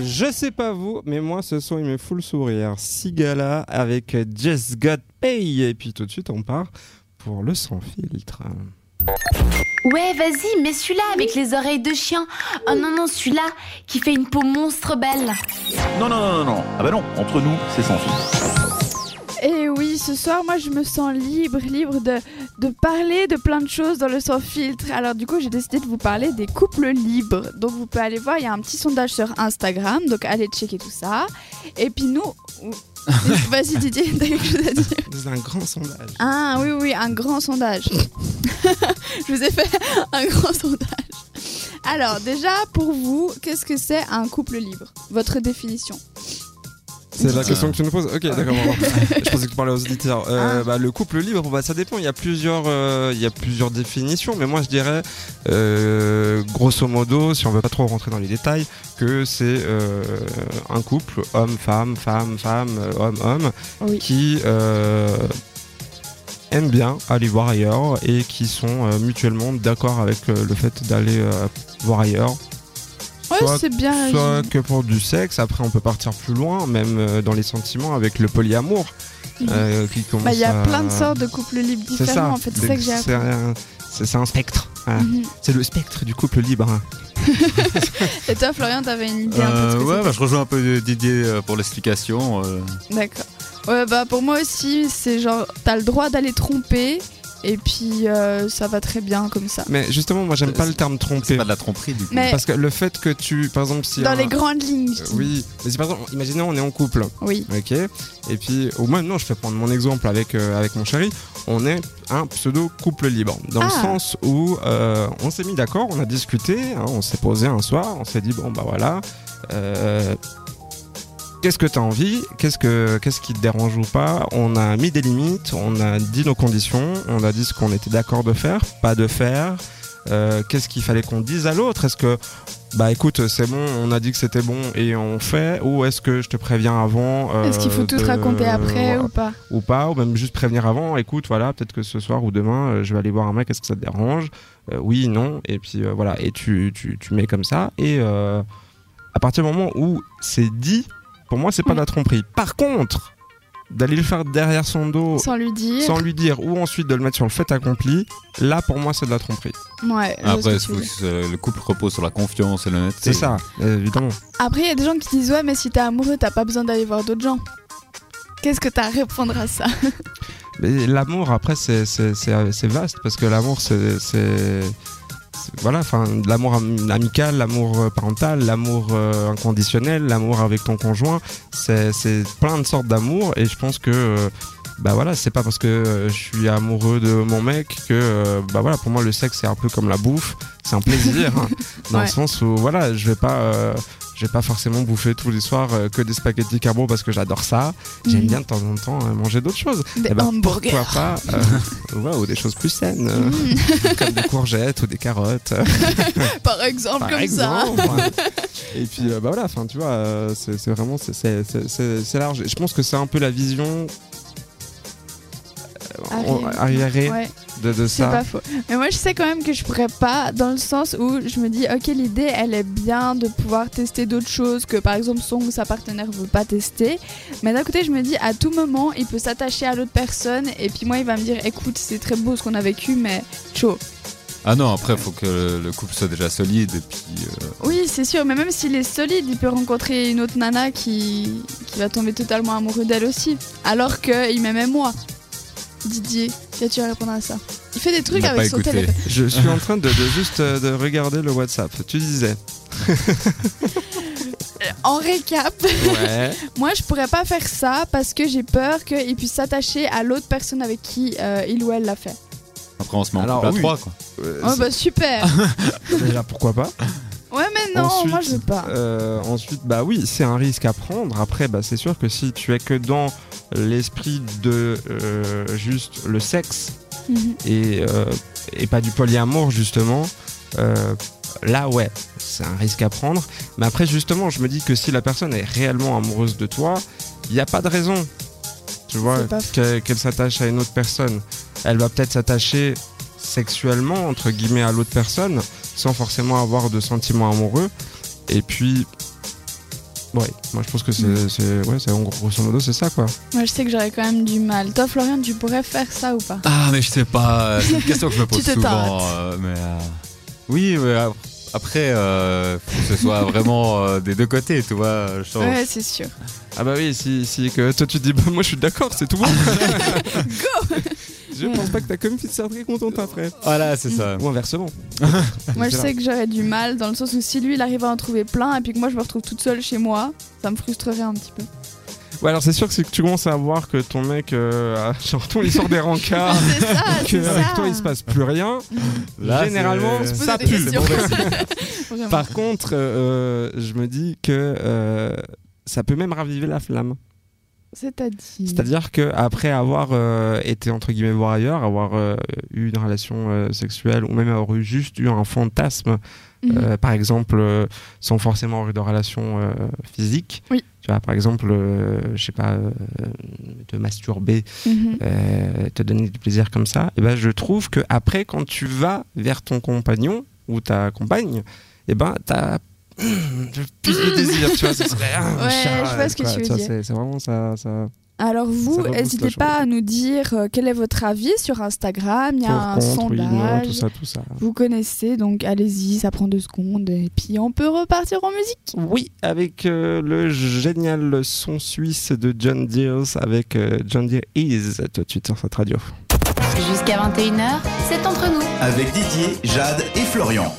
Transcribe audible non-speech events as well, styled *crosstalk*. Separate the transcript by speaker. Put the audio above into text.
Speaker 1: Je sais pas vous, mais moi ce son il me fout le sourire. Sigala avec Just Got Pay. Et puis tout de suite on part pour le sans filtre.
Speaker 2: Ouais, vas-y, mets celui-là avec les oreilles de chien. Oh non, non, celui-là qui fait une peau monstre belle.
Speaker 3: Non, non, non, non, non. Ah bah non, entre nous, c'est sans filtre.
Speaker 4: Et oui, ce soir, moi, je me sens libre, libre de, de parler de plein de choses dans le sans filtre. Alors, du coup, j'ai décidé de vous parler des couples libres. Donc, vous pouvez aller voir, il y a un petit sondage sur Instagram. Donc, allez checker tout ça. Et puis, nous. Vas-y, Didier, *laughs* t'as quelque chose à dire
Speaker 1: C'est un grand sondage.
Speaker 4: Ah, oui, oui, un grand sondage. je vous ai fait un grand sondage. Alors, déjà, pour vous, qu'est-ce que c'est un couple libre Votre définition
Speaker 1: C'est la question que tu nous poses Ok, d'accord. bon, bon. Euh, *laughs* Je pensais que tu parlais aux auditeurs. Euh, bah, le couple libre, bah, ça dépend. Il y, a plusieurs, euh, il y a plusieurs définitions, mais moi je dirais, euh, grosso modo, si on veut pas trop rentrer dans les détails, que c'est euh, un couple homme-femme, femme-femme, euh, homme-homme,
Speaker 4: Oui.
Speaker 1: qui euh, aiment bien aller voir ailleurs et qui sont euh, mutuellement d'accord avec euh, le fait d'aller euh, voir ailleurs.
Speaker 4: Ouais,
Speaker 1: Soit-
Speaker 4: c'est bien.
Speaker 1: soit
Speaker 4: résumé.
Speaker 1: que pour du sexe, après on peut partir plus loin, même euh, dans les sentiments avec le polyamour. euh, qui commence
Speaker 4: Bah, il y a
Speaker 1: à-
Speaker 4: plein de sortes de couples libres
Speaker 1: C'est ça.
Speaker 4: différents, en fait. C'est ça que j'ai appris.
Speaker 1: C'est un- C'est c'est un spectre. Voilà.
Speaker 4: Mhm.
Speaker 1: C'est le spectre du couple libre. hein.
Speaker 4: Et toi, Florian, t'avais une idée un peu de ce
Speaker 5: Euh,
Speaker 4: que
Speaker 5: ouais,
Speaker 4: c'était
Speaker 5: bah, je rejoins un peu Didier euh, pour l'explication. euh.
Speaker 4: D'accord. Ouais, bah pour moi aussi, c'est genre, t'as le droit d'aller tromper, et puis euh, ça va très bien comme ça.
Speaker 1: Mais justement, moi j'aime pas le terme
Speaker 5: C'est
Speaker 1: trompé.
Speaker 5: pas de la tromperie du coup.
Speaker 4: Mais
Speaker 1: Parce que le fait que tu. Par exemple, si.
Speaker 4: dans
Speaker 1: un-
Speaker 4: les grandes lignes, je
Speaker 1: Euh,
Speaker 4: dis.
Speaker 1: Oui, mais si par exemple, imaginez on est en couple,
Speaker 4: Oui.
Speaker 1: ok Et puis, ou même non, je fais prendre mon exemple avec, euh, avec mon chéri, on est un pseudo couple libre, dans le
Speaker 4: Ah.
Speaker 1: sens où euh, on s'est mis d'accord, on a discuté, hein, on s'est posé un soir, on s'est dit, bon bah voilà, euh, qu'est-ce que t'as envie, qu'est-ce, que, qu'est-ce qui te dérange ou pas, on a mis des limites, on a dit nos conditions, on a dit ce qu'on était d'accord de faire, pas de faire, euh, qu'est-ce qu'il fallait qu'on dise à l'autre Est-ce que, bah écoute, c'est bon, on a dit que c'était bon et on fait Ou est-ce que je te préviens avant euh,
Speaker 4: Est-ce qu'il faut tout
Speaker 1: de-
Speaker 4: te raconter après ou pas
Speaker 1: ou pas Ou même juste prévenir avant Écoute, voilà, peut-être que ce soir ou demain, euh, je vais aller voir un mec, est-ce que ça te dérange Euh, Oui, non, et puis euh, voilà, et tu, tu, tu mets comme ça. Et euh, à partir du moment où c'est dit, pour moi, c'est pas de la tromperie. Par contre, d'aller le faire derrière son dos
Speaker 4: Sans lui dire.
Speaker 1: Oh. sans lui dire ou ensuite de le mettre sur le fait accompli, là pour moi c'est de la tromperie.
Speaker 4: Ouais, je vois ce que
Speaker 5: Après,
Speaker 4: tu
Speaker 5: faut
Speaker 4: veux
Speaker 5: que
Speaker 4: dire.
Speaker 5: ce- le couple repose sur la confiance et l'honnêteté.
Speaker 1: C'est ça, euh, évidemment.
Speaker 4: Après, il y a des gens qui disent Ouais, mais si t'es amoureux, t'as pas besoin d'aller voir d'autres gens. Qu'est-ce que t'as à répondre à ça
Speaker 1: Mais L'amour, après, c'est c'est- c'est- c'est vaste parce que l'amour, c'est. c'est- c'est- Voilà, enfin, l'amour am- amical, l'amour euh, parental, l'amour euh, inconditionnel, l'amour avec ton conjoint, c'est c'est plein de sortes d'amour et je pense que. euh, Bah voilà, c'est pas parce que euh, je suis amoureux de mon mec que euh, bah voilà, pour moi le sexe c'est un peu comme la bouffe, c'est un plaisir
Speaker 4: *laughs*
Speaker 1: hein, dans
Speaker 4: Ouais.
Speaker 1: le sens où voilà, je vais pas euh, je vais pas forcément bouffer tous les soirs euh, que des spaghettis carbo parce que j'adore ça. J'aime
Speaker 4: Mhm.
Speaker 1: bien de temps en temps euh, manger d'autres choses.
Speaker 4: Des
Speaker 1: Eh ben,
Speaker 4: hamburgers.
Speaker 1: Pourquoi pas
Speaker 4: *laughs*
Speaker 1: euh, ouais, ou des choses plus saines, euh,
Speaker 4: Mmh,
Speaker 1: comme des courgettes ou des carottes, euh,
Speaker 4: par exemple,
Speaker 1: par
Speaker 4: comme ça. *laughs*
Speaker 1: exemple. Et puis euh, bah voilà, enfin tu vois, euh, c'est c'est vraiment c'est- c'est c'est- c'est- c'est large. Et je pense que c'est un peu la vision euh, en-
Speaker 4: Arrière.
Speaker 1: arriérée
Speaker 4: Ouais.
Speaker 1: de, de
Speaker 4: C'est
Speaker 1: ça.
Speaker 4: pas faux. Mais moi, je sais quand même que je pourrais pas, dans le sens où je me dis, ok, l'idée, elle est bien de pouvoir tester d'autres choses que, par exemple, son ou sa partenaire veut pas tester. Mais d'un côté, je me dis, à tout moment, il peut s'attacher à l'autre personne, et puis moi, il va me dire, écoute, c'est très beau ce qu'on a vécu, mais chaud.
Speaker 5: Ah non, après, faut que le- le couple soit déjà solide et puis. euh,
Speaker 4: Oui, c'est sûr, mais même s'il est solide, il peut rencontrer une autre nana qui, qui va tomber totalement amoureux d'elle aussi. Alors qu'il m'aimait moi. Didier, qu'as-tu à répondre à ça Il fait des
Speaker 5: Il
Speaker 4: trucs
Speaker 5: m'a
Speaker 4: avec
Speaker 5: pas
Speaker 4: son
Speaker 5: écouté.
Speaker 4: téléphone.
Speaker 1: Je suis en train de, de juste euh, de regarder le WhatsApp. Tu disais.
Speaker 4: En récap,
Speaker 1: Ouais.
Speaker 4: Moi, je pourrais pas faire ça parce que j'ai peur qu'il puisse s'attacher à l'autre personne avec qui euh, il ou elle l'a fait.
Speaker 5: Après, on se met en
Speaker 1: Alors,
Speaker 5: couple à
Speaker 1: oui.
Speaker 5: trois, quoi.
Speaker 4: Oh bah super
Speaker 1: Euh, *laughs* Déjà pourquoi pas.
Speaker 4: Ouais, mais non,
Speaker 1: Ensuite,
Speaker 4: moi je veux pas.
Speaker 1: Euh, ensuite, bah oui, c'est un risque à prendre. Après, bah, c'est sûr que si tu es que dans l'esprit de euh, juste le sexe
Speaker 4: Mhm.
Speaker 1: et, euh, et pas du polyamour, justement, euh, là, ouais, c'est un risque à prendre. Mais après, justement, je me dis que si la personne est réellement amoureuse de toi, il n'y a pas de raison, tu vois,
Speaker 4: C'est pas faux.
Speaker 1: que- qu'elle s'attache à une autre personne. Elle va peut-être s'attacher sexuellement, entre guillemets, à l'autre personne, sans forcément avoir de sentiments amoureux. Et puis, Ouais, moi je pense que
Speaker 4: Mm.
Speaker 1: c'est, c'est- ouais, c'est en gros, grosso modo, c'est ça quoi.
Speaker 4: Moi, je sais que j'aurais quand même du mal. Toi, Florian, tu pourrais faire ça ou pas
Speaker 5: Ah, mais je sais pas. euh, C'est une question
Speaker 4: *laughs*
Speaker 5: que je me pose
Speaker 4: te
Speaker 5: souvent.
Speaker 4: tâtes.
Speaker 5: euh, mais euh, oui, mais ap- après, euh, faut que ce
Speaker 4: *laughs*
Speaker 5: soit vraiment euh, des deux côtés, tu vois.
Speaker 1: Oh.
Speaker 5: Je sens-
Speaker 4: Ouais,
Speaker 1: *laughs*
Speaker 4: c'est sûr.
Speaker 1: Ah bah oui, si, si que toi tu te dis, *laughs* bah, moi je suis d'accord, c'est tout bon.
Speaker 4: *laughs* Go
Speaker 1: *laughs* je pense pas que ta commu sera très contente hein, après.
Speaker 5: Voilà, c'est ça.
Speaker 1: Ou inversement.
Speaker 4: Moi, je
Speaker 1: Excellent.
Speaker 4: sais que j'aurais du mal dans le sens où si lui, il arrive à en trouver plein et puis que moi, je me retrouve toute seule chez moi, ça me frustrerait un petit peu.
Speaker 1: Ouais, alors c'est sûr que c'est que tu commences à voir que ton mec, euh, a- *laughs* genre ton il sort des rencarts,
Speaker 4: *laughs* C'est ça,
Speaker 1: Ah. *laughs* que
Speaker 4: Ah, c'est ça.
Speaker 1: avec toi il se passe plus rien.
Speaker 5: Là,
Speaker 1: Généralement,
Speaker 5: c'est-
Speaker 4: Poser
Speaker 1: ça
Speaker 4: des
Speaker 1: pue.
Speaker 4: questions.
Speaker 5: C'est *laughs* bon,
Speaker 4: Vraiment.
Speaker 1: Par contre, euh, euh, je me dis que euh, ça peut même raviver la flamme.
Speaker 4: C'est-à-dire.
Speaker 1: C'est-à-dire que après avoir euh, été entre guillemets voir ailleurs, avoir euh, eu une relation euh, sexuelle ou même avoir eu juste eu un fantasme,
Speaker 4: Mhm.
Speaker 1: euh, par exemple, euh, sans forcément avoir eu de relation euh, physique.
Speaker 4: Oui.
Speaker 1: Tu vois, par exemple, euh, je sais pas, euh, te masturber,
Speaker 4: Mhm.
Speaker 1: euh, te donner du plaisir comme ça. Et ben, je trouve que après, quand tu vas vers ton compagnon ou ta compagne, et ben, t'as *clears throat* plus de désir, tu vois, ce serait ah, un
Speaker 4: Ouais,
Speaker 1: chat,
Speaker 4: je vois ce que
Speaker 1: quoi.
Speaker 4: tu veux
Speaker 1: vois,
Speaker 4: dire.
Speaker 1: C'est c'est vraiment ça. ça...
Speaker 4: Alors vous,
Speaker 1: rebooste la
Speaker 4: n'hésitez
Speaker 1: chose.
Speaker 4: pas à nous dire euh, quel est votre avis sur Instagram. Il y a
Speaker 1: pour,
Speaker 4: un
Speaker 1: contre, oui, non,
Speaker 4: sondage.
Speaker 1: tout ça, tout ça.
Speaker 4: Vous connaissez, donc allez-y, ça prend deux secondes et puis on peut repartir en musique.
Speaker 1: Oui, avec euh, le génial son suisse de John Deers, avec euh, John Deere Is, tout de suite sur cette radio.
Speaker 2: Jusqu'à 21h, c'est entre nous.
Speaker 3: Avec Didier, Jade et Florian.